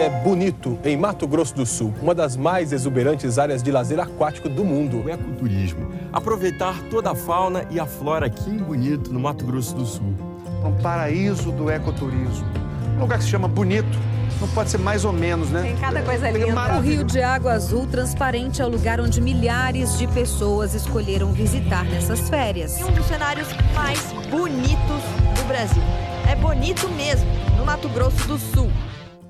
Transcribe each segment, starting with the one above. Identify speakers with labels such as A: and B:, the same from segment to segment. A: É bonito em Mato Grosso do Sul, uma das mais exuberantes áreas de lazer aquático do mundo.
B: o ecoturismo, É aproveitar toda a fauna e a flora aqui em Bonito, no Mato Grosso do Sul.
C: É um paraíso do ecoturismo. Um lugar que se chama bonito. Não pode ser mais ou menos, né?
D: Tem cada coisa
C: Tem
D: linda.
C: maravilha.
E: O Rio de Água Azul Transparente é o lugar onde milhares de pessoas escolheram visitar nessas férias.
D: E um dos cenários mais bonitos do Brasil. É bonito mesmo, no Mato Grosso do Sul.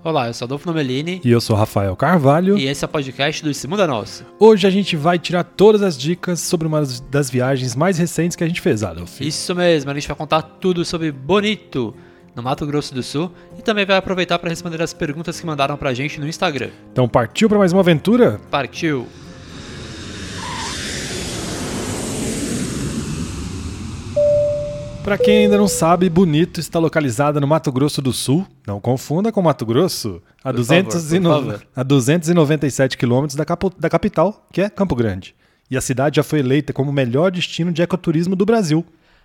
F: Olá, eu sou Adolfo Nomelini
G: E eu sou Rafael Carvalho.
F: e esse é o podcast do Segunda Nossa.
G: Hoje a gente vai tirar todas as dicas sobre uma das viagens mais recentes que a gente fez, Adolf.
F: Isso mesmo, a gente vai contar tudo sobre Bonito, no Mato Grosso do Sul, e também vai aproveitar para responder as perguntas que mandaram pra gente no Instagram.
G: Então partiu para mais uma aventura?
F: Partiu!
G: Para quem ainda não sabe, Bonito está localizada no Mato Grosso do Sul. Não confunda com Mato Grosso. A,
F: Por
G: 209
F: favor, por favor.
G: a 297 quilômetros da, capo- da capital, que é Campo Grande. E a cidade já foi eleita como o melhor destino de ecoturismo do Brasil.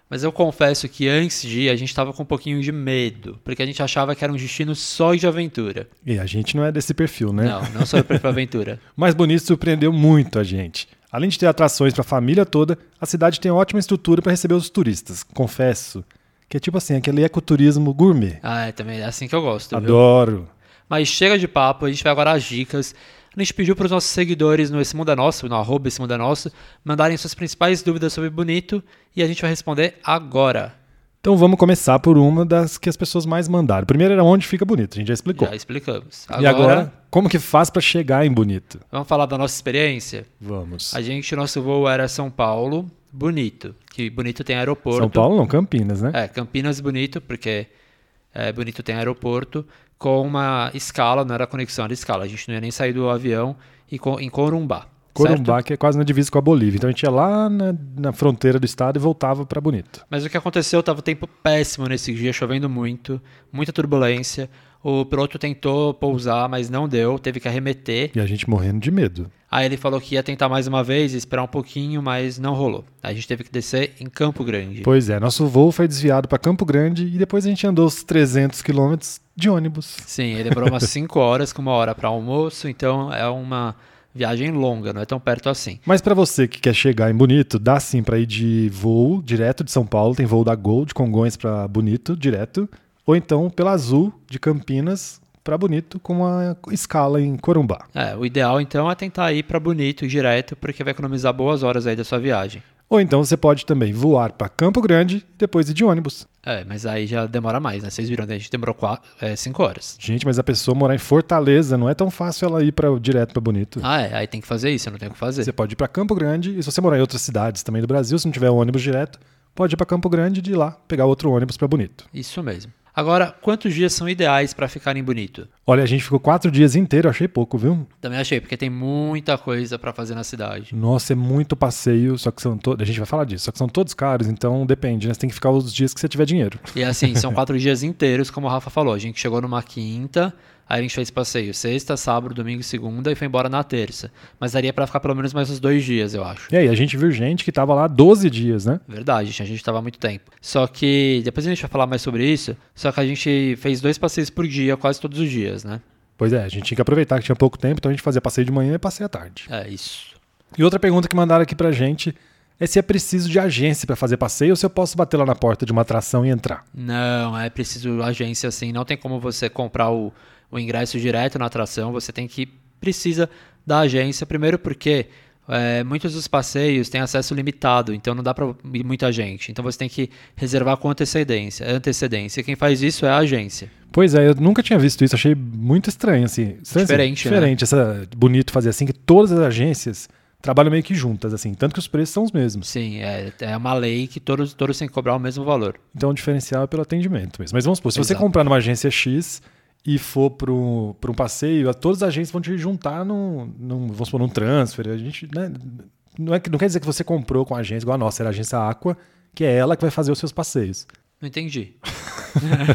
F: Mas eu confesso que antes de ir, a gente tava com um pouquinho de medo, porque a gente achava que era um destino só de aventura.
G: E a gente não é desse perfil, né?
F: Não, não só para aventura.
G: Mas Bonito surpreendeu muito a gente. Além de ter atrações para a família toda, a cidade tem ótima estrutura para receber os turistas, confesso. Que é tipo assim, aquele ecoturismo gourmet.
F: Ah, é também é assim que eu gosto, viu?
G: Adoro.
F: Mas chega de papo, a gente vai agora às dicas. A gente pediu para os nossos seguidores no Esse Mundo é Nosso, no arroba Esse Mundo é Nosso, mandarem suas principais dúvidas sobre Bonito e a gente vai responder agora.
G: Então vamos começar por uma das que as pessoas mais mandaram. Primeiro era onde fica Bonito, a gente já explicou.
F: Já explicamos.
G: e agora, como que faz para chegar em Bonito?
F: vamos falar da nossa experiência.
G: Vamos.
F: A gente, nosso voo era São Paulo, Bonito, que Bonito tem aeroporto.
G: São Paulo não, Campinas, né?
F: É, Campinas Bonito, porque é, Bonito tem aeroporto, com uma escala, não era conexão, era escala. A gente não ia nem sair do avião e co- em Corumbá. certo?
G: Corumbá, que é quase na divisa com a Bolívia. Então a gente ia lá na, na fronteira do estado e voltava para Bonito.
F: Mas o que aconteceu, tava tempo péssimo nesse dia, chovendo muito, muita turbulência. O piloto tentou pousar, mas não deu, teve que arremeter.
G: E a gente morrendo de medo.
F: Aí ele falou que ia tentar mais uma vez, esperar um pouquinho, mas não rolou. A gente teve que descer em Campo Grande.
G: Pois é, nosso voo foi desviado para Campo Grande e depois a gente andou os 300 quilômetros de ônibus.
F: Sim, ele demorou umas 5 horas com uma hora para almoço, então é uma viagem longa, não é tão perto assim.
G: Mas para você que quer chegar em Bonito, dá sim para ir de voo direto de São Paulo, tem voo da Gol de Congonhas para Bonito direto, ou então pela Azul de Campinas para Bonito com uma escala em Corumbá.
F: É, o ideal então é tentar ir para Bonito direto, porque vai economizar boas horas aí da sua viagem.
G: Ou então você pode também voar para Campo Grande e depois ir de ônibus.
F: É, mas aí já demora mais, né? Vocês viram, né? a gente demorou 5 horas.
G: Gente, mas a pessoa morar em Fortaleza não é tão fácil ela ir pra, direto para Bonito.
F: Ah, é, aí tem que fazer isso, não tem o que fazer.
G: Você pode ir para Campo Grande e se você morar em outras cidades também do Brasil, se não tiver ônibus direto, pode ir para Campo Grande e de lá pegar outro ônibus para Bonito.
F: Isso mesmo. Agora, quantos dias são ideais para ficarem bonito?
G: Olha, a gente ficou quatro dias inteiro, achei pouco, viu?
F: Também achei, porque tem muita coisa para fazer na cidade.
G: Nossa, é muito passeio, só que são todos. A gente vai falar disso, só que são todos caros, então depende, né? Você tem que ficar os dias que você tiver dinheiro.
F: E assim, são quatro dias inteiros, como o Rafa falou. A gente chegou numa quinta, aí a gente fez passeio sexta, sábado, domingo e segunda e foi embora na terça. Mas daria para ficar pelo menos mais uns dois dias, eu acho. É
G: E aí, a gente viu gente que tava lá 12 dias, né?
F: Verdade, gente, a gente tava há muito tempo. Só que, depois a gente vai falar mais sobre isso, só que a gente fez dois passeios por dia, quase todos os dias, né?
G: Pois é, a gente tinha que aproveitar que tinha pouco tempo, então a gente fazia passeio de manhã e passeio à tarde.
F: É isso.
G: E outra pergunta que mandaram aqui pra gente é se é preciso de agência pra fazer passeio ou se eu posso bater lá na porta de uma atração e entrar.
F: Não, é preciso agência assim. Não tem como você comprar o, o ingresso direto na atração. Você tem que precisa da agência primeiro porque é, muitos dos passeios têm acesso limitado, então não dá para ir muita gente. Então você tem que reservar com antecedência. Antecedência. Quem faz isso é a agência.
G: Pois é, eu nunca tinha visto isso, achei muito estranho, assim. Estranho, assim,
F: Diferente, né?
G: diferente, essa bonito fazer assim, que todas as agências trabalham meio que juntas, assim, tanto que os preços são os mesmos.
F: Sim, é, é uma lei que todos todos têm que cobrar o mesmo valor.
G: Então o diferencial é pelo atendimento mesmo. Mas vamos supor, se você
F: Exato.
G: comprar numa agência X e for para um, pra um passeio, a- todas as agências vão te juntar num, num- vamos supor, num transfer. A gente, né, não, é que, não quer dizer que você comprou com a agência, igual a nossa, era a agência Aqua, que é ela que vai fazer os seus passeios.
F: Não entendi.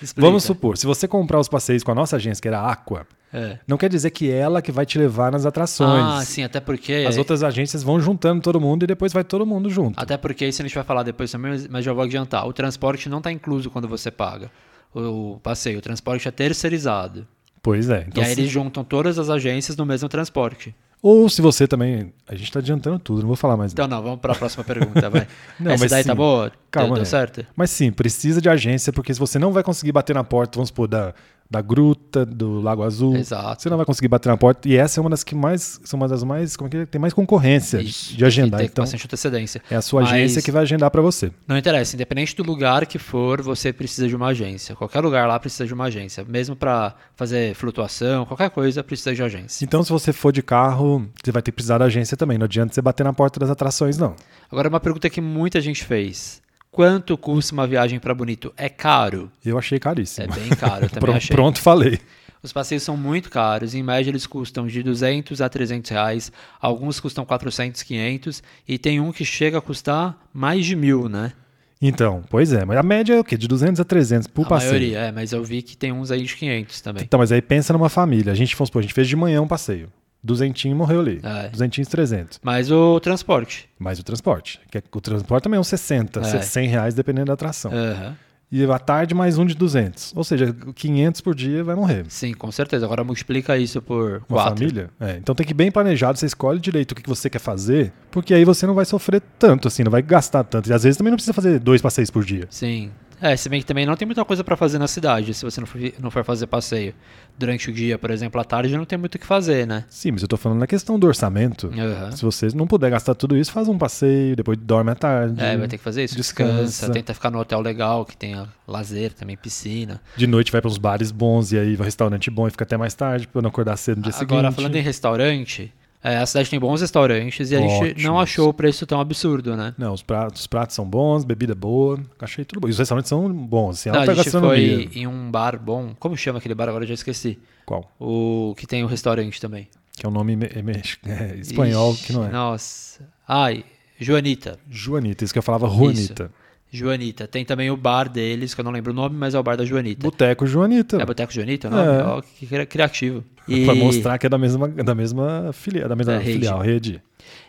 F: Explica.
G: Vamos supor, se você comprar os passeios com a nossa agência, que era a Aqua,
F: É.
G: não quer dizer que ela que vai te levar nas atrações.
F: Ah, sim, até porque
G: As outras agências vão juntando todo mundo e depois vai todo mundo
F: Ah,
G: junto.
F: Até porque isso a gente vai falar depois também, mas- mas já vou adiantar. O transporte não está incluso quando tá você paga. o passeio. O transporte é terceirizado.
G: Pois é. Então,
F: e aí
G: se-
F: eles juntam todas as agências no mesmo transporte.
G: Ou se você também. A gente tá adiantando tudo, não vou falar mais.
F: Então não, vamos para a próxima pergunta, vai.
G: Não,
F: Essa
G: mas
F: daí tá
G: sim.
F: boa? Deu-
G: Calma,
F: Deu
G: né?
F: certo?
G: Mas sim, precisa de agência, porque se você não vai conseguir bater na porta, vamos supor, da, da gruta, do Lago Azul.
F: Exato.
G: Você não vai conseguir bater na porta. E essa é uma das que mais. São uma das mais. Como é que é? Tem mais concorrência de-
F: Isso,
G: de agendar.
F: Tem
G: Então,
F: bastante antecedência.
G: é a sua
F: Mas
G: agência que vai agendar pra você.
F: Não interessa, independente do lugar que for, você precisa de uma agência. Qualquer lugar lá precisa de uma agência. Mesmo para fazer flutuação, qualquer coisa precisa de agência.
G: Então, se você for de carro, você vai ter que precisar da agência também. Não adianta você bater na porta das atrações, não.
F: Agora, uma pergunta que muita gente fez: quanto custa uma viagem para Bonito? É caro?
G: Eu achei caríssimo.
F: É bem caro, eu também
G: Pro-
F: achei.
G: Pronto, falei.
F: Os passeios são muito caros, em média eles custam de 200 a 300 reais, alguns custam 400, 500 e tem um que chega a custar mais de mil, né?
G: Então, pois é. Mas a média é o quê? De 200 a 300 por
F: a
G: passeio.
F: maioria, é, mas eu vi que tem uns aí de 500 também.
G: Então, mas aí pensa numa família. A gente, vamos supor, a gente fez de manhã um passeio. Duzentinho morreu ali.
F: É.
G: Duzentinhos, 300.
F: Mas o transporte.
G: Mais o transporte. Que é- o transporte também é uns 60,
F: É.
G: 100 reais, dependendo da atração.
F: Aham.
G: E à tarde, mais um de 200. Ou seja, 500 por dia vai morrer.
F: Sim, com certeza. Agora multiplica isso por
G: Uma
F: 4.
G: família. É, então tem que ir bem planejado. Você escolhe direito o que que você quer fazer, porque aí você não vai sofrer tanto, assim, não vai gastar tanto. E às vezes também não precisa fazer dois passeios por dia.
F: Sim. É, se bem que também não tem muita coisa pra fazer na cidade, se você não for, não for fazer passeio. Durante o dia, por exemplo, à tarde não tem muito o que fazer, né?
G: Sim, mas eu tô falando na questão do orçamento.
F: Aham.
G: Se você não puder gastar tudo isso, faz um passeio, depois dorme à tarde.
F: É, vai ter que fazer isso. Descansa, tenta ficar num hotel legal, que tenha lazer também, piscina.
G: De noite vai para uns bares bons e aí vai restaurante bom e fica até mais tarde pra não acordar cedo no dia
F: Agora,
G: É seguinte.
F: falando em restaurante, é, a cidade tem bons restaurantes e a gente não
G: Ótimos.
F: achou o preço tão absurdo, né?
G: Não, os pratos, os pratos são bons, bebida boa, achei tudo bom. E os restaurantes são bons, assim,
F: Não,
G: alta
F: a gente
G: gastronomia.
F: foi em um bar bom. Como chama aquele bar? Agora eu já esqueci.
G: Qual?
F: O que tem o restaurante também.
G: Que é um nome me- mex- é, espanhol
F: Ixi,
G: que não é.
F: Nossa. Ai, Joanita.
G: Joanita, isso que eu falava, Juanita.
F: Joanita. Tem também o bar deles, que eu não lembro o nome, mas é o bar da Joanita.
G: Boteco Joanita.
F: É Boteco Joanita, não?
G: É.
F: Ó, que cri- criativo. E,
G: Pra mostrar que é da mesma, da mesma filia, da mesma
F: Da rede.
G: filial, rede.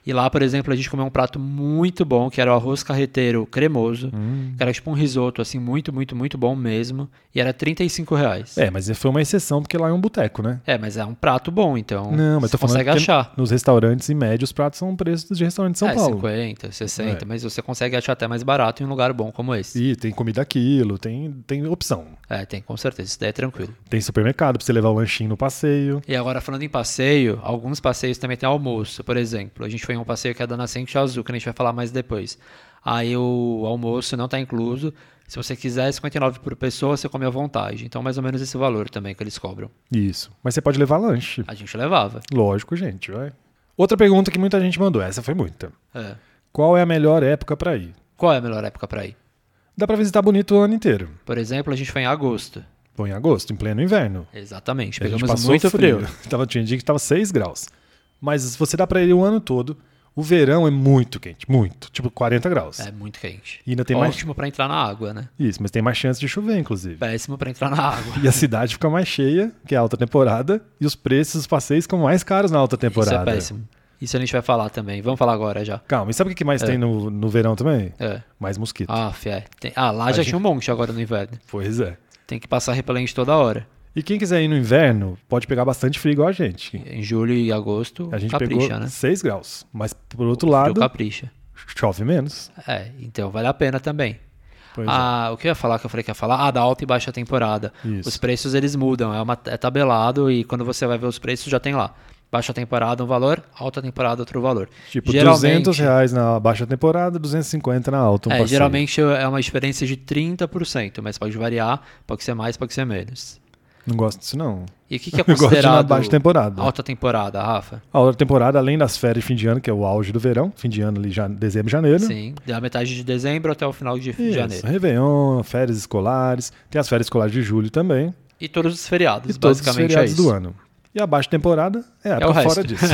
F: e lá, por exemplo, a gente comeu um prato muito bom, que era o arroz carreteiro cremoso,
G: Hum.
F: que era tipo um risoto, assim, muito, muito, muito bom mesmo. E era 35 reais.
G: É, mas foi uma exceção, porque lá é um boteco, né?
F: É, mas é um prato bom, então
G: Não, mas
F: você
G: tô falando
F: consegue
G: que
F: achar.
G: nos restaurantes, em média, os pratos são preços de restaurante de São
F: é,
G: Paulo.
F: 50, 60,
G: É.
F: mas você consegue achar até mais barato em um lugar bom como esse.
G: E tem comida aquilo, tem, tem opção.
F: É, tem, com certeza, isso daí é tranquilo.
G: Tem supermercado pra você levar o lanchinho no passeio.
F: E agora, falando em passeio, alguns passeios também tem almoço, por exemplo. A gente foi em um passeio que é da Nascente Azul, que a gente vai falar mais depois. Aí o almoço não tá incluso. Se você quiser, 59 por pessoa, você come à vontade. Então, mais ou menos esse valor também que eles cobram.
G: Isso. Mas você pode levar lanche.
F: A gente levava.
G: Lógico, gente. Vai. Outra pergunta que muita gente mandou. Essa foi muita.
F: É.
G: Qual é a melhor época pra ir?
F: Qual é a melhor época pra ir?
G: Dá pra visitar bonito o ano inteiro.
F: Por exemplo, a gente foi em agosto.
G: Foi em agosto, em pleno inverno.
F: Exatamente,
G: A gente
F: pegamos
G: passou
F: muito frio.
G: tava, tinha dia que tava 6 graus. Mas você dá pra ir o ano todo. O verão é muito quente, muito. Tipo 40 graus.
F: É muito quente.
G: E ainda tem mais-
F: Ótimo pra entrar na água, né?
G: Isso, mas tem mais chance de chover, inclusive.
F: Péssimo pra entrar na água.
G: E a cidade fica mais cheia, que é a alta temporada, e os preços dos passeios ficam mais caros na alta
F: Isso é
G: temporada.
F: péssimo. Isso a gente vai falar também. Vamos falar agora já.
G: Calma, e sabe o que mais tem no, no verão também?
F: É.
G: Mais mosquito.
F: Ah, fé. Tem- Ah, lá já
G: gente-
F: tinha um monte agora no inverno.
G: Pois é.
F: Tem que passar repelente toda hora.
G: E quem quiser ir no inverno, pode pegar bastante frio igual a gente.
F: Em julho e agosto,
G: A gente
F: capricha,
G: pegou
F: né?
G: 6 graus. Mas, por outro
F: Frio
G: lado,
F: capricha.
G: chove menos.
F: É, então vale a pena também.
G: Pois é.
F: ah, o que eu ia falar que eu falei que ia falar? Ah, da alta e baixa temporada.
G: Isso.
F: Os preços eles mudam, é, uma, é tabelado e quando você vai ver os preços já tem lá. Baixa temporada um valor, alta temporada outro valor.
G: é. Tipo,
F: geralmente,
G: 200 reais na baixa temporada, 250 na alta. Um
F: é,
G: passeio.
F: geralmente é uma diferença de 30%, mas pode variar, pode ser mais, pode ser menos.
G: Não gosto disso, não.
F: E o que, que é
G: Eu gosto de ir na
F: considerado
G: baixa temporada.
F: alta temporada, Rafa?
G: A outra temporada, além das férias de fim de ano, que é o auge do verão, fim de ano ali, já, dezembro, janeiro. é
F: Sim, da metade de dezembro até o final de
G: né? Isso,
F: janeiro.
G: Réveillon, férias escolares. Tem as férias escolares de julho também.
F: E todos os feriados,
G: e todos os
F: basicamente
G: feriados
F: é isso.
G: do ano. E a baixa temporada é a
F: o
G: época fora
F: resto.
G: disso.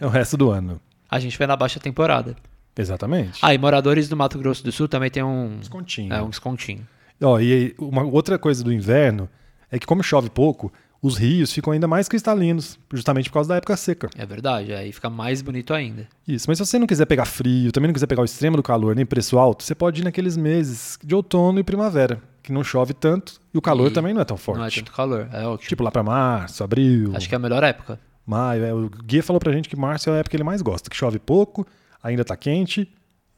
G: é o resto do ano.
F: A gente vai na baixa temporada.
G: Exatamente.
F: Ah, e moradores do Mato Grosso do Sul também tem um
G: Descontinho.
F: é, um descontinho.
G: Ó, e aí, uma outra coisa do inverno é que, como chove pouco, os rios ficam ainda mais cristalinos, justamente por causa da época seca.
F: É verdade, aí fica mais bonito ainda.
G: Isso, mas se você não quiser pegar frio, também não quiser pegar o extremo do calor, nem preço alto, você pode ir naqueles meses de outono e primavera, que que não chove tanto e o calor
F: E
G: também não é tão forte.
F: Não é tanto calor. É ótimo.
G: Tipo lá pra março, abril,
F: Acho que é a melhor época.
G: maio. É, o guia falou pra gente que março é a época que ele mais gosta, que chove pouco, ainda tá quente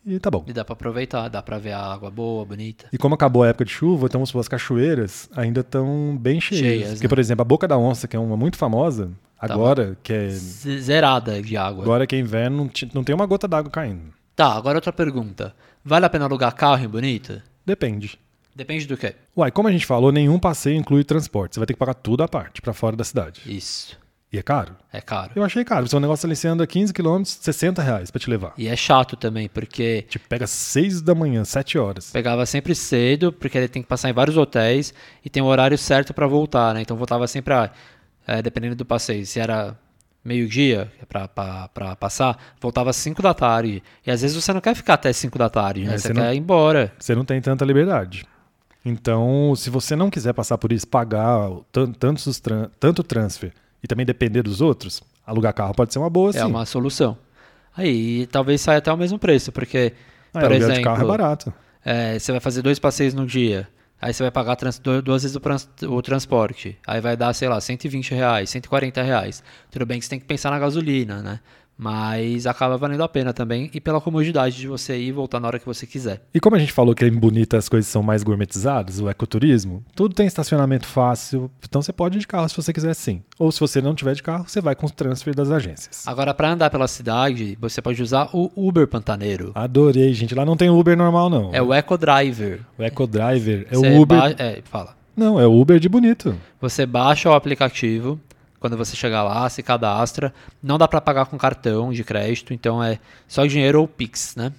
G: e tá bom.
F: E dá pra aproveitar, dá pra ver a água boa, bonita.
G: E como acabou a época de chuva, então vamos supor, as cachoeiras ainda estão bem cheias.
F: Cheias, né?
G: porque,
F: Tá
G: por exemplo, a Boca da Onça, que é uma muito famosa, agora que é,
F: Z- Zerada de água.
G: agora que é inverno, não ti- não tem uma gota d'água caindo.
F: Tá, agora outra pergunta. Vale a pena alugar carro em Bonito?
G: Depende.
F: Depende do quê?
G: Uai, como a gente falou, nenhum passeio inclui transporte. Você vai ter que pagar tudo à parte, pra fora da cidade.
F: Isso.
G: E é caro?
F: É caro.
G: Eu achei caro. Se é um negócio ali, você anda 15 km, 60 reais pra te levar.
F: E é chato também, porque
G: Tipo, pega 6 da manhã, 7 horas.
F: pegava sempre cedo, porque ele tem que passar em vários hotéis e tem o horário certo pra voltar, né? Então voltava sempre, a, é, dependendo do passeio, se era meio-dia é pra- pra pra passar, voltava às 5 da tarde. E às vezes você não quer ficar até 5 da tarde, né?
G: É,
F: você
G: você
F: quer
G: não-
F: ir embora.
G: Você não tem tanta liberdade. Então, se você não quiser passar por isso, pagar tan- tantos os tran- tanto transfer e também depender dos outros, alugar carro pode ser uma boa, sim.
F: É uma solução. Aí, e talvez saia até o mesmo preço, porque,
G: Ah,
F: por
G: aluguel
F: exemplo,
G: de carro é barato.
F: É, você vai fazer dois passeios no dia. Aí você vai pagar trans- du- duas vezes o, trans- o transporte. Aí vai dar, sei lá, 120 reais, 140 reais. Tudo bem que você tem que pensar na gasolina, né? Mas acaba valendo a pena também. E pela comodidade de você ir e voltar na hora que você quiser.
G: E como a gente falou que em Bonita as coisas são mais gourmetizadas, o ecoturismo, tudo tem estacionamento fácil, então você pode ir de carro se você quiser sim. Ou se você não tiver de carro, você vai com os transfer das agências.
F: Agora, pra andar pela cidade, você pode usar o Uber Pantaneiro.
G: Adorei, gente. Lá não tem Uber normal, não.
F: É o Eco Driver.
G: O EcoDriver é
F: Você
G: o Uber.
F: ba- É, fala.
G: Não, é o Uber de bonito.
F: Você baixa o aplicativo quando você chegar lá, se cadastra. Não dá pra pagar com cartão de crédito, então é só dinheiro ou Pix, né?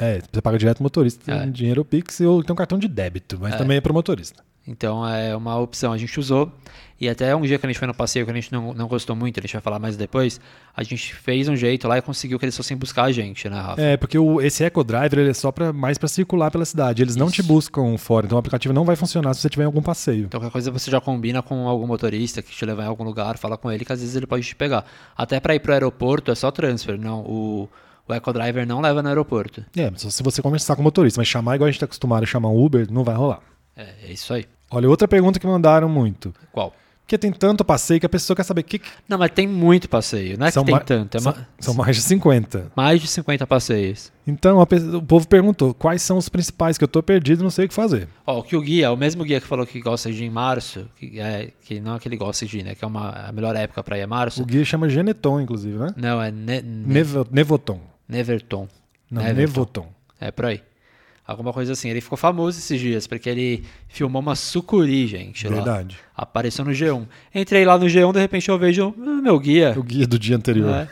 G: É, você paga direto pro motorista, tem
F: É.
G: dinheiro Pix ou tem um cartão de débito, mas também é pro motorista.
F: Então é uma opção, a gente usou. E até um dia que a gente foi no passeio que a gente não, não gostou muito, a gente vai falar mais depois. A gente fez um jeito lá e conseguiu que eles fossem buscar a gente, né, Rafa?
G: É, porque o, esse EcoDriver ele é só pra, mais pra circular pela cidade. Eles não te buscam fora, então o aplicativo não vai funcionar se você tiver em algum passeio.
F: Então qualquer coisa você já combina com algum motorista que te levar em algum lugar, fala com ele que às vezes ele pode te pegar. Até pra ir pro aeroporto é só transfer, não. O, o EcoDriver não leva no aeroporto.
G: É, só se você conversar com o motorista, mas chamar igual a gente tá acostumado a chamar um Uber, não vai rolar.
F: É, é isso aí.
G: Olha, outra pergunta que mandaram muito.
F: Qual?
G: Porque tem tanto passeio que a pessoa quer saber o que, que
F: Não, mas tem muito passeio, não é que tem
G: ma-
F: tanto, é
G: são,
F: ma-
G: são mais de 50.
F: mais de 50 passeios.
G: Então a pe- o povo perguntou: quais são os principais que eu tô perdido e não sei o que fazer?
F: Ó, o que o guia, o mesmo guia que falou que gosta de ir em março, que, é, que não é que ele gosta de ir, né? Que é uma, a melhor época pra ir é março.
G: O guia chama Geneton, inclusive, né?
F: Não, é ne, ne,
G: Nevo- Nevoton.
F: Neverton.
G: Não,
F: Neverton.
G: Nevoton.
F: É, por aí. Alguma coisa assim. Ele ficou famoso esses dias, porque ele filmou uma sucuri, gente. lá.
G: Verdade.
F: Apareceu no G1. Entrei lá no G1, de repente eu vejo ah, meu guia.
G: O guia do dia anterior.
F: É.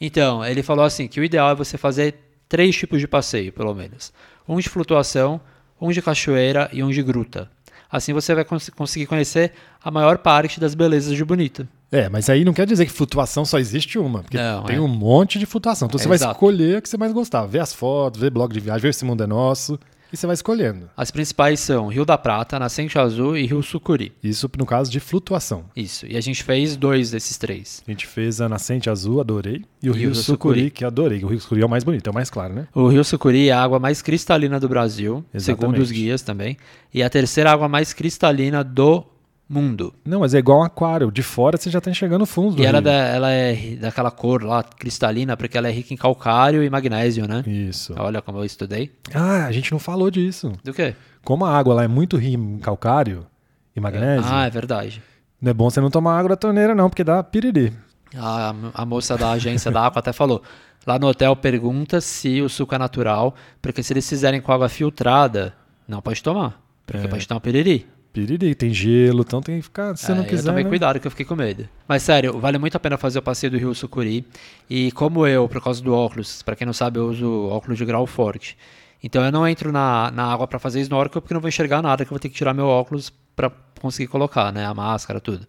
F: Então, ele falou assim que o ideal é você fazer três tipos de passeio, pelo menos. Um de flutuação, um de cachoeira e um de gruta. Assim você vai cons- conseguir conhecer a maior parte das belezas de Bonita.
G: É. mas aí não quer dizer que flutuação só existe uma, porque
F: Não,
G: tem
F: é.
G: um monte de flutuação. Então
F: É,
G: você vai
F: exato.
G: escolher o que você mais gostar. Ver as fotos, ver blog de viagem, ver esse mundo é nosso. E você vai escolhendo.
F: As principais são Rio da Prata, Nascente Azul e Rio Sucuri.
G: Isso no caso de flutuação.
F: Isso. E a gente fez dois desses três.
G: A gente fez a Nascente Azul, adorei. E o
F: E
G: Rio
F: o
G: Sucuri,
F: Sucuri.
G: que adorei. O Rio Sucuri é o mais bonito, é o mais claro, né?
F: O Rio Sucuri é a água mais cristalina do Brasil, segundo
G: Exatamente.
F: os guias também. E a terceira água mais cristalina do mundo.
G: Não, mas é igual um aquário. De fora você já tá enxergando o fundo do
F: E ela, é
G: rio.
F: da- ela é ri- daquela cor lá, cristalina, porque ela é rica em calcário e magnésio, né?
G: Isso.
F: Olha como eu estudei.
G: Ah, a gente não falou disso.
F: Do quê?
G: Como a água lá é muito rica em calcário e magnésio,
F: Ah, é verdade.
G: não é bom você não tomar água da torneira não, porque dá piriri.
F: A, a moça da agência da água até falou. Lá no hotel pergunta se o suco é natural, porque se eles fizerem com água filtrada, não pode tomar. Porque pode tomar piriri.
G: Piriri, tem gelo, então tem que ficar, se você
F: É,
G: não
F: Eu
G: quiser,
F: tomei
G: né?
F: cuidado que eu fiquei com medo. Mas sério, vale muito a pena fazer o passeio do Rio Sucuri. E como eu, por causa do óculos, pra quem não sabe, eu uso óculos de grau forte. Então eu não entro na, na água pra fazer snorkel porque eu não vou enxergar nada, que eu vou ter que tirar meu óculos pra conseguir colocar, né? A máscara, tudo.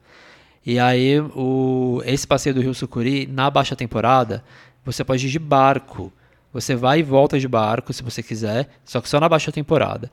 F: E aí, o, esse passeio do Rio Sucuri, na baixa temporada, você pode ir de barco. Você vai e volta de barco, se você quiser, só que só na baixa temporada.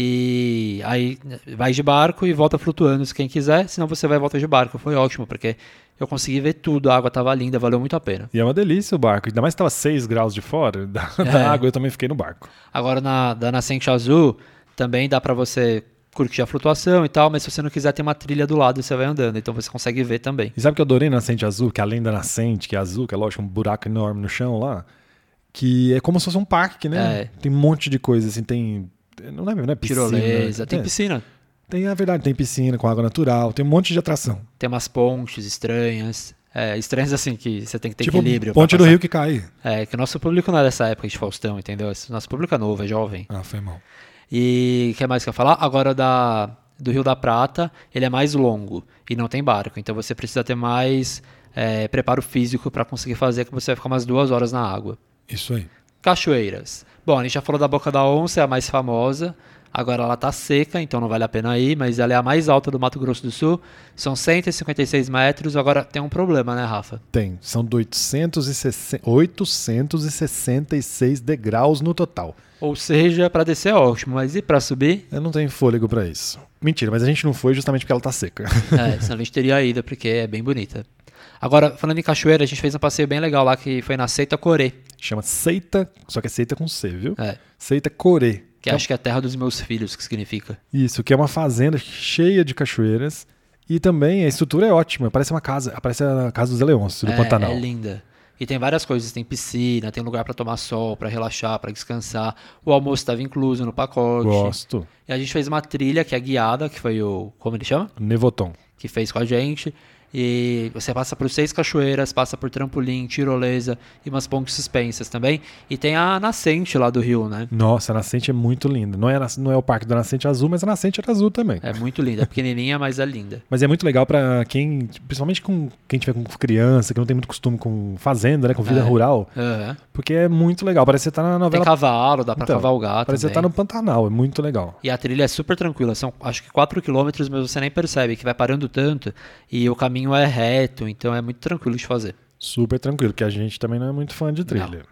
F: E aí né, vai de barco e volta flutuando, se quem quiser, senão você vai e volta de barco. Foi ótimo, porque eu consegui ver tudo, a água tava linda, valeu muito a pena.
G: E é uma delícia o barco, ainda mais que tava 6 graus de fora
F: É.
G: da, da água, eu também fiquei no barco.
F: Agora na da Nascente Azul, também dá pra você curtir a flutuação e tal, mas se você não quiser, tem uma trilha do lado e você vai andando, então você consegue ver também.
G: E sabe o que eu adorei na Nascente Azul, que além da Nascente, que é azul, que é lógico um buraco enorme no chão lá, que é como se fosse um parque, né?
F: É.
G: Tem um monte de coisa, assim, tem. Não é, não é piscina.
F: Tirolesa, tem
G: é,
F: piscina,
G: Tem, a verdade, tem piscina com água natural, tem um monte de atração.
F: tem umas pontes estranhas. É, estranhas assim que você tem que ter
G: tipo,
F: equilíbrio. pra
G: ponte do
F: passar.
G: rio que cai.
F: É, que o nosso público não é dessa época de Faustão, entendeu? Esse Nosso público é novo, é jovem.
G: Ah, foi mal.
F: E o que mais que eu ia falar? Agora o da, do Rio da Prata, ele é mais longo e não tem barco. Então você precisa ter mais é, preparo físico para conseguir fazer, que você vai ficar umas duas horas na água.
G: Isso aí.
F: Cachoeiras. Bom, a gente já falou da Boca da Onça, é a mais famosa. Agora ela tá seca, então não vale a pena ir, mas ela é a mais alta do Mato Grosso do Sul. São 156 metros. Agora tem um problema, né, Rafa?
G: Tem. São de 860, 866 degraus no total.
F: Ou seja, para descer é ótimo, mas e para subir?
G: Eu não tenho fôlego pra isso. Mentira, mas a gente não foi justamente porque ela tá seca.
F: É, senão a gente teria ido, porque é bem bonita. Agora, falando em cachoeira, a gente fez um passeio bem legal lá que foi na Seita Corê,
G: Chama Seita, só que é Seita com C, viu?
F: É.
G: Seita Corê. um
F: que acho que é a terra dos meus filhos, que significa.
G: Isso, que é uma fazenda cheia de cachoeiras. E também a estrutura é ótima, parece uma casa, parece a casa dos Leões, do
F: é,
G: Pantanal.
F: é linda. E tem várias coisas, tem piscina, tem lugar pra tomar sol, pra relaxar, pra descansar. O almoço estava incluso no pacote.
G: Gosto.
F: E a gente fez uma trilha que é guiada, que foi o como ele chama?
G: Nevoton.
F: que fez com a gente. E você passa por seis cachoeiras, passa por trampolim, tirolesa e umas pontes suspensas também. E tem a nascente lá do rio, né?
G: Nossa, a nascente é muito linda. Não é, nas- não é o parque da nascente azul, mas a nascente era azul também.
F: É muito linda, é pequenininha, mas é linda.
G: Mas é muito legal pra quem, principalmente com quem tiver com criança, que não tem muito costume com fazenda, né, com vida
F: É.
G: rural,
F: Aham.
G: porque é muito legal. Parece que você tá na
F: Tem
G: novela.
F: cavalo, dá pra
G: Então,
F: cavalgar
G: parece que
F: também.
G: você tá no Pantanal, é muito legal.
F: E a trilha é super tranquila, são acho que 4 km, mas você nem percebe que vai parando tanto e o caminho é reto, então é muito tranquilo de fazer.
G: Super tranquilo, que a gente também não é muito fã de trilha.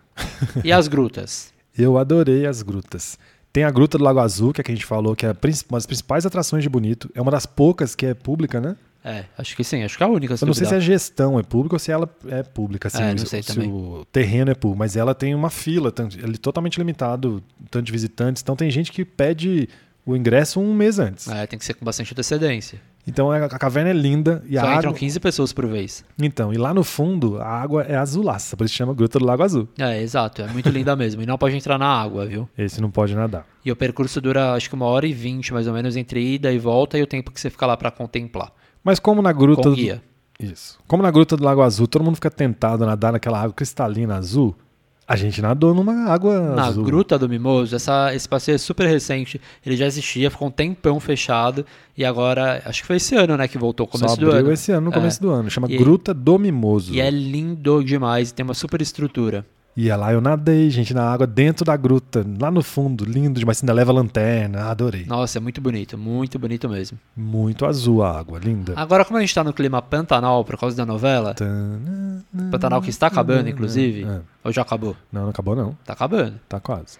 F: E as grutas?
G: Eu adorei as grutas. Tem a Gruta do Lago Azul, que é a que a gente falou, que é a princi- uma das principais atrações de Bonito. É uma das poucas que é pública, né?
F: É, acho que sim, acho que é a única. se
G: Eu não sei se
F: duvidar.
G: a gestão é pública ou se ela é pública, se,
F: É,
G: o-
F: não sei
G: se
F: também.
G: o terreno é público. Mas ela tem uma fila, tanto- ele é totalmente limitado, tanto de visitantes. Então tem gente que pede o ingresso um mês antes.
F: É, tem que ser com bastante antecedência.
G: Então a, a caverna é linda e
F: Só um
G: a
F: entram
G: água...
F: 15 pessoas por vez.
G: Então, e lá no fundo a água é azulaça, por isso chama Gruta do Lago Azul.
F: É, exato, é muito linda mesmo. E não pode entrar na água, viu?
G: Esse não pode nadar.
F: E o percurso dura acho que uma hora e vinte, mais ou menos, entre ida e volta e o tempo que você fica lá pra contemplar.
G: Mas como na gruta.
F: Com
G: do-
F: guia.
G: Isso. Como na gruta do Lago Azul, todo mundo fica tentado a nadar naquela água cristalina azul. A gente nadou numa água
F: Na
G: azul.
F: Gruta do Mimoso, essa, esse passeio é super recente, ele já existia, ficou um tempão fechado e agora, acho que foi esse ano, né, que voltou,
G: Só
F: começo do
G: abriu
F: ano.
G: esse ano, no
F: É.
G: começo do ano. Chama
F: E-
G: Gruta do Mimoso.
F: E é lindo demais, tem uma super estrutura.
G: E é lá eu nadei, gente, na água dentro da gruta, lá no fundo, lindo demais. Ainda leva lanterna, adorei.
F: Nossa, é muito bonito, muito bonito mesmo.
G: Muito azul a água, linda.
F: Agora, como a gente tá no clima Pantanal por causa da novela,
G: Tanã.
F: Pantanal que está acabando, inclusive,
G: É.
F: ou já acabou?
G: Não, não acabou não,
F: Tá acabando.
G: tá quase.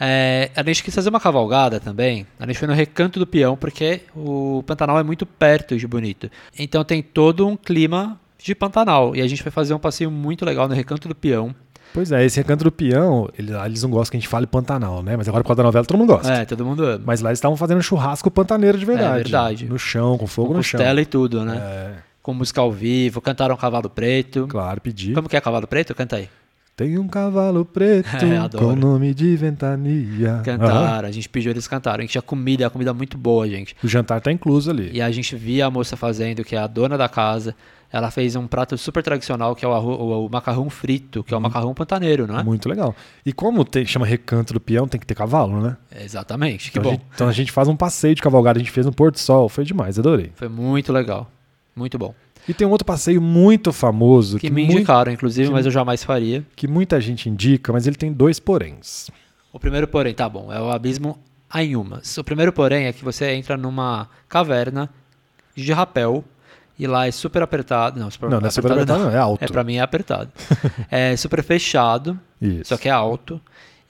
F: É, a gente quis fazer uma cavalgada também. A gente foi no Recanto do Peão, porque o Pantanal é muito perto de Bonito. Então tem todo um clima de Pantanal. E a gente foi fazer um passeio muito legal no Recanto do Peão.
G: Pois é, esse recanto do peão, ele- lá eles não gostam que a gente fale Pantanal, né? Mas agora por causa da novela todo mundo gosta.
F: É, todo mundo ama.
G: Mas lá eles estavam fazendo churrasco pantaneiro de verdade.
F: verdade.
G: No chão, com fogo
F: Com
G: no chão. É.
F: costela e tudo, né? Com música ao vivo, cantaram Cavalo Preto.
G: Claro, pedi.
F: Como que é Cavalo Preto? Canta aí.
G: Tem um cavalo preto
F: É, adoro.
G: com o nome de ventania. Aham.
F: Cantaram, a gente pediu, eles cantaram. A gente tinha comida, e a comida muito boa, gente.
G: O jantar tá incluso ali.
F: E a gente via a moça fazendo, que é a dona da casa. Ela fez um prato super tradicional, que é o, arro- o- o macarrão frito,
G: Uhum.
F: que é o macarrão pantaneiro, não é?
G: Muito legal. E como tem- chama recanto do peão, tem que ter cavalo, né?
F: Exatamente, que
G: então, A
F: bom.
G: gente, então a gente faz um passeio de cavalgada, a gente fez no Porto Sol, foi demais, adorei.
F: Foi muito legal. Muito bom.
G: E tem um outro passeio muito famoso
F: Que,
G: que,
F: me
G: mui-
F: indicaram, inclusive,
G: que-
F: mas eu jamais faria.
G: que muita gente indica, mas ele tem dois poréns.
F: O primeiro, porém, tá bom, é o abismo Anhumas. O primeiro, porém, é que você entra numa caverna de rapel e lá é super apertado. Não, super
G: Não, não é super apertado, não, é alto.
F: É, pra mim é apertado. é super fechado,
G: Isso.
F: só que é alto.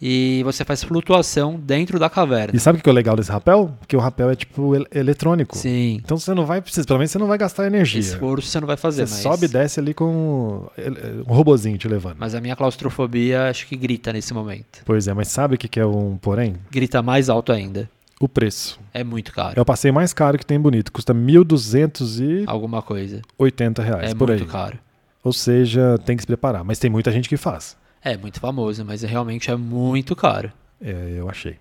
F: E você faz flutuação dentro da caverna.
G: E sabe o que é o legal desse rapel? Que o rapel é tipo el- eletrônico.
F: Sim.
G: Então você não vai precisar, pelo menos você não vai gastar energia.
F: Esforço você não vai fazer,
G: Você
F: mas...
G: sobe e desce ali com ele- um robozinho te levando.
F: Mas a minha claustrofobia acho que grita nesse momento.
G: Pois é, mas sabe o que que é um porém?
F: Grita mais alto ainda.
G: o preço.
F: É muito
G: É
F: caro.
G: o passeio mais caro que tem em bonito. Custa R$ 1.280
F: Alguma coisa.
G: reais,
F: É
G: por
F: muito
G: aí.
F: caro.
G: Ou seja, tem que se preparar. Mas tem muita gente que faz.
F: É muito famoso, mas é- realmente é muito caro.
G: É, eu achei.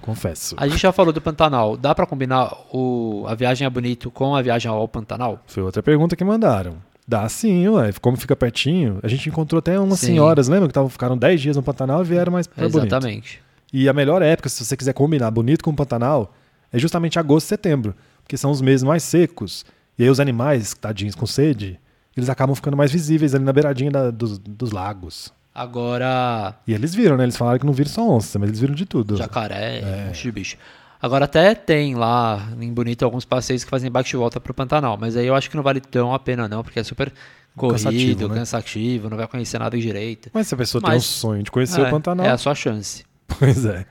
G: Confesso.
F: A gente já falou do Pantanal. Dá pra combinar o, a viagem a Bonito com a viagem ao Pantanal?
G: Foi outra pergunta que mandaram. Dá sim, ué. Como fica pertinho. A gente encontrou até umas
F: Sim.
G: senhoras, lembra? Que tavam, ficaram 10 dias no Pantanal e vieram mais pra É bonito.
F: Exatamente.
G: E a melhor época, se você quiser combinar bonito com o Pantanal, é justamente agosto e setembro, porque são os meses mais secos. E aí os animais, tadinhos com sede, eles acabam ficando mais visíveis ali na beiradinha da- dos, dos lagos.
F: Agora,
G: E eles viram, né? Eles falaram que não viram só onça, mas eles viram de tudo. É.
F: jacaré, um monte de bicho. Agora até tem lá em Bonito alguns passeios que fazem bate e volta pro Pantanal, mas aí eu acho que não vale tão a pena não, porque é super corrido,
G: Cansativo,
F: cansativo,
G: né?
F: não vai conhecer nada direito.
G: Mas se a pessoa tem um
F: Mas-
G: sonho de conhecer
F: É,
G: o Pantanal,
F: É a sua chance.
G: pois é.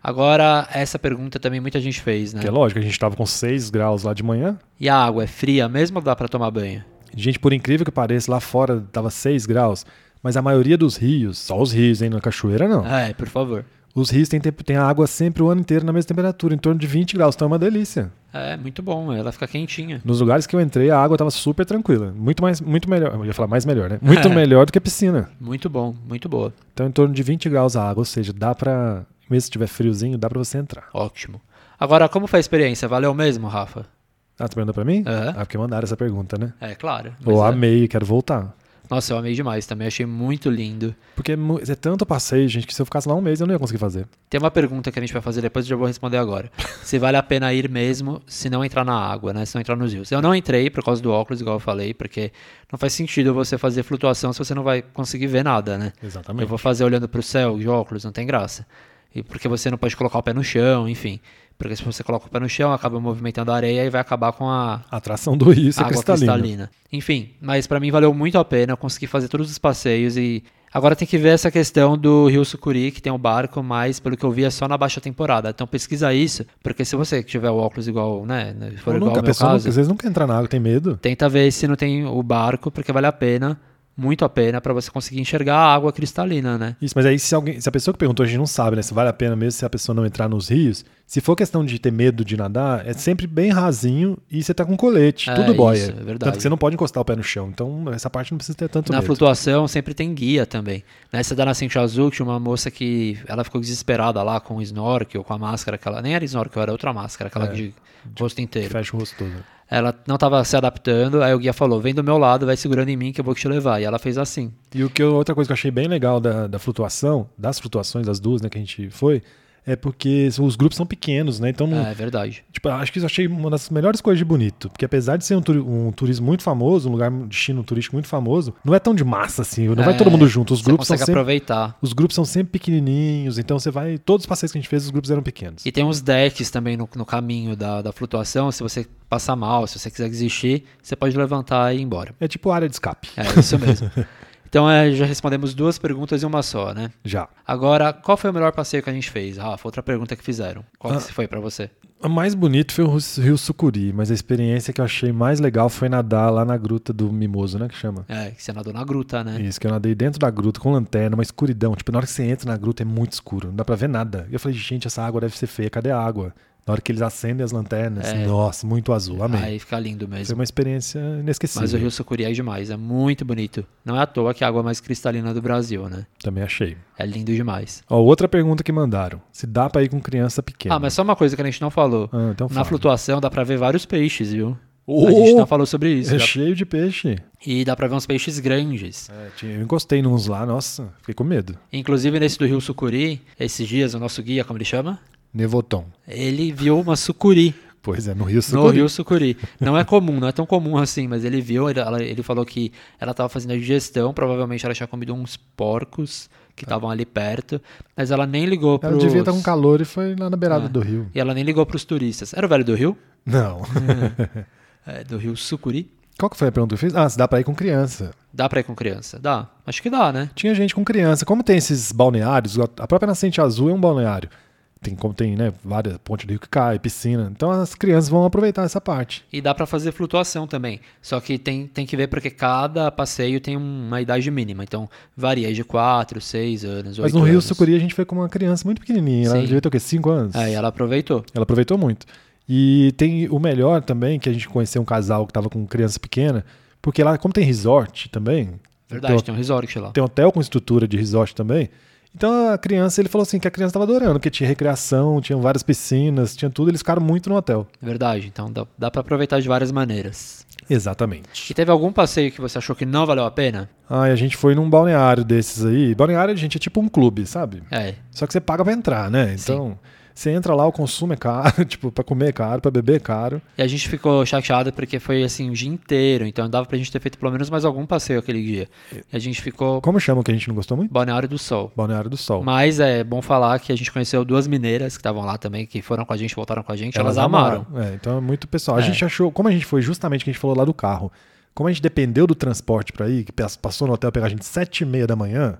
F: Agora, essa pergunta também muita gente fez, né?
G: Porque é lógico, a gente tava com 6 graus lá de manhã.
F: E a água é fria mesmo ou dá pra tomar banho?
G: Gente, por incrível que pareça, lá fora tava 6 graus, mas a maioria dos rios, só os rios, hein? Na cachoeira não.
F: É, por favor.
G: Os rios têm, tempo- têm a água sempre o ano inteiro na mesma temperatura, em torno de 20 graus, então é uma delícia.
F: É, muito bom, ela fica quentinha.
G: Nos lugares que eu entrei, a água tava super tranquila. Muito mais, muito melhor. Eu ia falar mais melhor, né? Muito melhor do que a piscina.
F: Muito bom, muito boa.
G: Então, em torno de 20 graus a água, ou seja, dá pra. Mesmo se tiver friozinho, dá pra você entrar.
F: Ótimo. Agora, como foi a experiência? Valeu mesmo, Rafa?
G: Ah, tu perguntou pra mim?
F: Aham.
G: Ah, porque mandaram essa pergunta, né?
F: É, claro. mas
G: Eu
F: é-
G: amei, quero voltar.
F: Nossa, eu amei demais também, achei muito lindo.
G: Porque é mu- é tanto passeio, gente, que se eu ficasse lá um mês eu não ia conseguir fazer.
F: Tem uma pergunta que a gente vai fazer depois, eu já vou responder agora. Se vale a pena ir mesmo se não entrar na água, né? Se não entrar nos rios. Eu não entrei por causa do óculos, igual eu falei, porque não faz sentido você fazer flutuação se você não vai conseguir ver nada, né?
G: Exatamente.
F: Eu vou fazer olhando pro céu de óculos, não tem graça. E porque você não pode colocar o pé no chão, enfim. Porque se você coloca o pé no chão, acaba movimentando a areia e vai acabar com a,
G: A atração do rio ser
F: água
G: é cristalina.
F: cristalina. Enfim, mas pra mim valeu muito a pena, eu consegui fazer todos os passeios e agora tem que ver essa questão do Rio Sucuri, que tem o barco, mas pelo que eu vi é só na baixa temporada. Então pesquisa isso, porque se você tiver o óculos igual, né, for
G: Eu
F: igual ao
G: nunca, a
F: meu
G: pessoa
F: caso,
G: nunca- às vezes não quer entrar na água, tem medo.
F: tenta ver se não tem o barco, porque vale a pena, muito a pena pra você conseguir enxergar a água cristalina, né?
G: Isso, mas aí se alguém. Se a pessoa que perguntou, a gente não sabe, né? Se vale a pena mesmo se a pessoa não entrar nos rios. Se for questão de ter medo de nadar, é sempre bem rasinho e você tá com colete.
F: É,
G: tudo boia.
F: isso, é verdade.
G: Tanto que você não pode encostar o pé no chão. Então, essa parte não precisa ter tanto
F: na
G: medo.
F: flutuação sempre tem guia também. Nessa da Nascente Azul, tinha uma moça que ela ficou desesperada lá com o snorkel, com a máscara que ela. Nem era snorkel, era outra máscara, aquela
G: É.
F: de rosto
G: Que
F: inteiro.
G: Fecha o rosto todo.
F: Ela não tava se adaptando, aí o guia falou: vem do meu lado, vai segurando em mim que eu vou te levar. E ela fez assim.
G: E o que eu- outra coisa que eu achei bem legal da, da flutuação, das flutuações, das duas, né, que a gente foi, é porque os grupos são pequenos, né? Então não,
F: É, verdade.
G: Tipo, acho que isso eu achei uma das melhores coisas de bonito. Porque apesar de ser um, turi- um turismo muito famoso, um lugar destino turístico muito famoso, não é tão de massa assim. Não vai
F: É,
G: todo mundo junto. Os
F: você
G: grupos, são
F: consegue
G: sempre,
F: aproveitar.
G: os grupos são sempre pequenininhos. Então você vai. Todos os passeios que a gente fez, os grupos eram pequenos.
F: E tem uns decks também no, no caminho da, da flutuação. Se você passar mal, se você quiser desistir, você pode levantar e ir embora.
G: É tipo área de escape.
F: É isso mesmo. então é, já respondemos duas perguntas e uma só, né?
G: Já.
F: Agora, qual foi o melhor passeio que a gente fez, Rafa? Outra pergunta que fizeram.
G: Ah.
F: Qual que foi pra você?
G: O mais bonito foi o Rio Sucuri, mas a experiência que eu achei mais legal foi nadar lá na gruta do Mimoso, né? Que chama.
F: É, que você nadou na gruta, né?
G: É. Isso, que eu nadei dentro da gruta com lanterna, uma escuridão. Tipo, na hora que você entra na gruta é muito escuro, não dá pra ver nada. E eu falei, gente, essa água deve ser feia, cadê a água? Na hora que eles acendem as lanternas,
F: É.
G: nossa, muito azul, amei.
F: Aí fica lindo
G: Foi
F: mesmo.
G: uma experiência inesquecível.
F: Mas o Rio Sucuri é demais, é muito bonito. Não é à toa que é a água mais cristalina do Brasil, né?
G: Também achei.
F: É lindo demais.
G: Ó, outra pergunta que mandaram: se dá pra ir com criança pequena?
F: Ah, mas só uma coisa que a gente não falou.
G: Ah, então
F: na
G: fala. Oh!
F: flutuação dá pra ver vários peixes, viu? A gente não falou sobre isso.
G: É
F: dá-
G: cheio de peixe.
F: E dá pra ver uns peixes grandes.
G: É, tinha- eu encostei nos lá, nossa, fiquei com medo.
F: Inclusive nesse do Rio Sucuri, esses dias, o nosso guia, como ele chama?
G: Nevoton.
F: Ele viu uma sucuri.
G: Pois é, no Rio
F: No
G: Sucuri.
F: Rio Sucuri. Não é comum, não é tão comum assim, mas ele viu, ele, ela- ele falou que ela tava fazendo a digestão, provavelmente ela tinha comido uns porcos que estavam ali perto, mas ela nem ligou
G: É. Ela
F: pros...
G: devia estar com calor e foi lá na beirada
F: É.
G: do rio.
F: E ela nem ligou pros turistas. Era o velho do Rio?
G: Não.
F: É, do Rio Sucuri?
G: Qual que foi a pergunta que eu fiz? Ah, se dá pra ir com criança.
F: Dá pra ir com criança? Dá. Acho que dá, né?
G: Tinha gente com criança. Como tem esses balneários, a própria Nascente Azul é um balneário. Tem, como tem né, várias pontes do rio que cai, piscina. Então as crianças vão aproveitar essa parte.
F: E dá pra fazer flutuação também. Só que tem, tem que ver porque cada passeio tem um, uma idade mínima. Então varia de 4, 6 anos, 8
G: Mas no Rio
F: anos.
G: Sucuri a gente foi com uma criança muito pequenininha. Ela
F: Sim.
G: devia ter o quê? 5 anos?
F: Aí É, ela aproveitou.
G: Ela aproveitou muito. E tem o melhor também, que a gente conheceu um casal que tava com criança pequena, porque lá, como tem resort também,
F: Verdade,
G: tem-
F: tem um resort lá.
G: tem hotel com estrutura de resort também. Então a criança, ele falou assim que a criança tava adorando, porque tinha recreação, tinha várias piscinas, tinha tudo, eles ficaram muito no hotel.
F: Verdade, então dá, dá para aproveitar de várias maneiras.
G: Exatamente.
F: E teve algum passeio que você achou que não valeu a pena?
G: Ah, e a gente foi num balneário desses aí. Balneário, gente, é tipo um clube, sabe?
F: É,
G: Só que você paga pra entrar, né? Então, você entra lá, o consumo é caro, tipo, pra comer é caro, pra beber é caro.
F: E a gente ficou chateado porque foi assim o dia inteiro, então dava pra gente ter feito pelo menos mais algum passeio aquele dia. E a gente ficou
G: Como chama o que a gente não gostou muito?
F: Balneário do Sol.
G: Balneário do Sol.
F: Mas é bom falar que a gente conheceu duas mineiras que estavam lá também, que foram com a gente, voltaram com a gente, elas, amaram.
G: É, então é muito pessoal. A gente achou, como a gente foi justamente que a gente falou lá do carro, como a gente dependeu do transporte pra ir, que pas- passou no hotel pegar a gente sete e meia da manhã,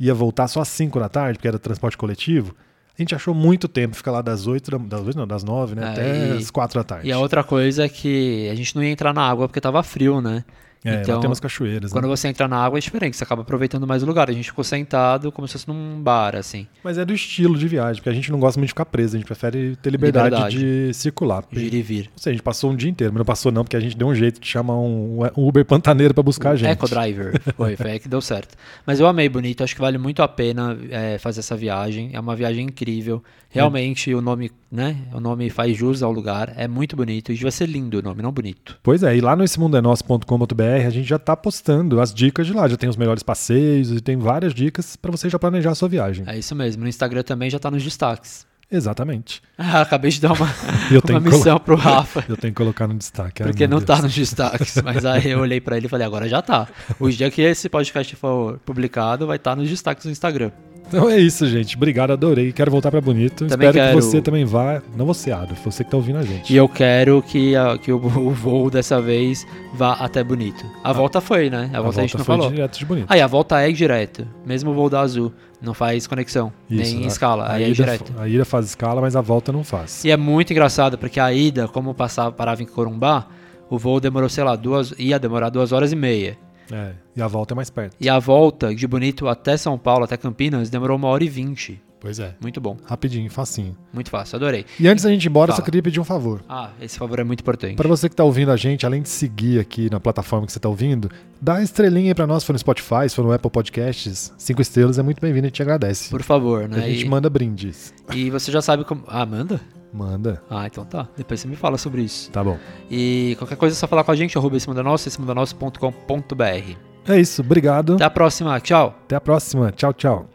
G: ia voltar só às 5 da tarde, porque era transporte coletivo, a gente achou muito tempo ficar lá das 8, da, das 8 não, das 9, né,
F: É,
G: até
F: e-
G: as 4 da tarde.
F: E a outra coisa é que a gente não ia entrar na água porque tava frio, né?
G: É,
F: então,
G: lá tem umas cachoeiras, né?
F: quando você entra na água é diferente, você acaba aproveitando mais o lugar. A gente ficou sentado como se fosse num bar, assim,
G: Mas é do estilo de viagem, porque a gente não gosta muito de ficar preso, a gente prefere ter liberdade,
F: Liberdade.
G: de circular.
F: de ir e vir.
G: Ou seja, a gente passou um dia inteiro, mas não passou não, porque a gente deu um jeito de chamar um, um Uber pantaneiro pra buscar a gente.
F: Eco Driver. Foi, foi aí que deu certo. Mas eu amei, bonito. Acho que vale muito a pena é, fazer essa viagem. É uma viagem incrível. Realmente, o nome, né? O nome faz jus ao lugar. É muito bonito. E vai ser lindo o nome, não bonito.
G: Pois é, e lá no essemundenosso.com.br a gente já tá postando as dicas de lá, já tem os melhores passeios e tem várias dicas pra você já planejar a sua viagem.
F: É isso mesmo. No Instagram também já tá nos destaques.
G: Exatamente.
F: Ah, acabei de dar uma,
G: E eu
F: uma
G: tenho que
F: missão pro Rafa.
G: Eu tenho que colocar no destaque. ai,
F: Porque
G: meu
F: não
G: Deus.
F: tá nos destaques, mas aí eu olhei pra ele e falei, agora já tá. O dia que esse podcast for publicado, vai estar nos destaques do Instagram.
G: Então é isso, gente. Obrigado, adorei. Quero voltar pra Bonito.
F: Também
G: Espero
F: quero.
G: que você também vá. Não você, Adolf, você que tá ouvindo a gente.
F: E eu quero que, a- que o, o voo dessa vez vá até Bonito. A volta foi, né? A, volta, a gente não
G: Ah. foi
F: falou.
G: direto de Bonito.
F: Aí a volta é direto. Mesmo o voo da Azul. Não faz conexão.
G: Isso, né?
F: nem
G: a-
F: escala.
G: A
F: Aí é
G: ida,
F: direto.
G: a ida faz escala, mas a volta não faz.
F: E é muito engraçado, porque a ida, como passava, parava em Corumbá, o voo demorou, sei lá, duas. ia demorar duas horas e meia.
G: É, e a volta é mais perto.
F: E a volta de Bonito até São Paulo, até Campinas, demorou uma hora e vinte.
G: Pois é.
F: Muito bom,
G: Rapidinho, facinho.
F: muito fácil, adorei.
G: E antes da gente ir embora, eu só
F: Fala.
G: queria pedir um favor.
F: Ah, esse favor é muito importante.
G: Pra você que tá ouvindo a gente, além de seguir aqui na plataforma que você tá ouvindo, dá estrelinha aí pra nós, se for no Spotify, se for no Apple Podcasts, cinco estrelas é muito bem-vindo, a gente agradece.
F: Por favor,
G: a
F: né?
G: gente
F: E,
G: manda brindes.
F: e você já sabe como. Ah, manda?
G: Manda.
F: Ah, então tá. Depois você me fala sobre isso.
G: Tá bom.
F: E qualquer coisa é só falar com a gente, arroba esse mundo é nosso, esse mundo é nosso.com.br.
G: É isso, obrigado.
F: Tá. Até a próxima, tchau!
G: Até a próxima. Tchau, tchau.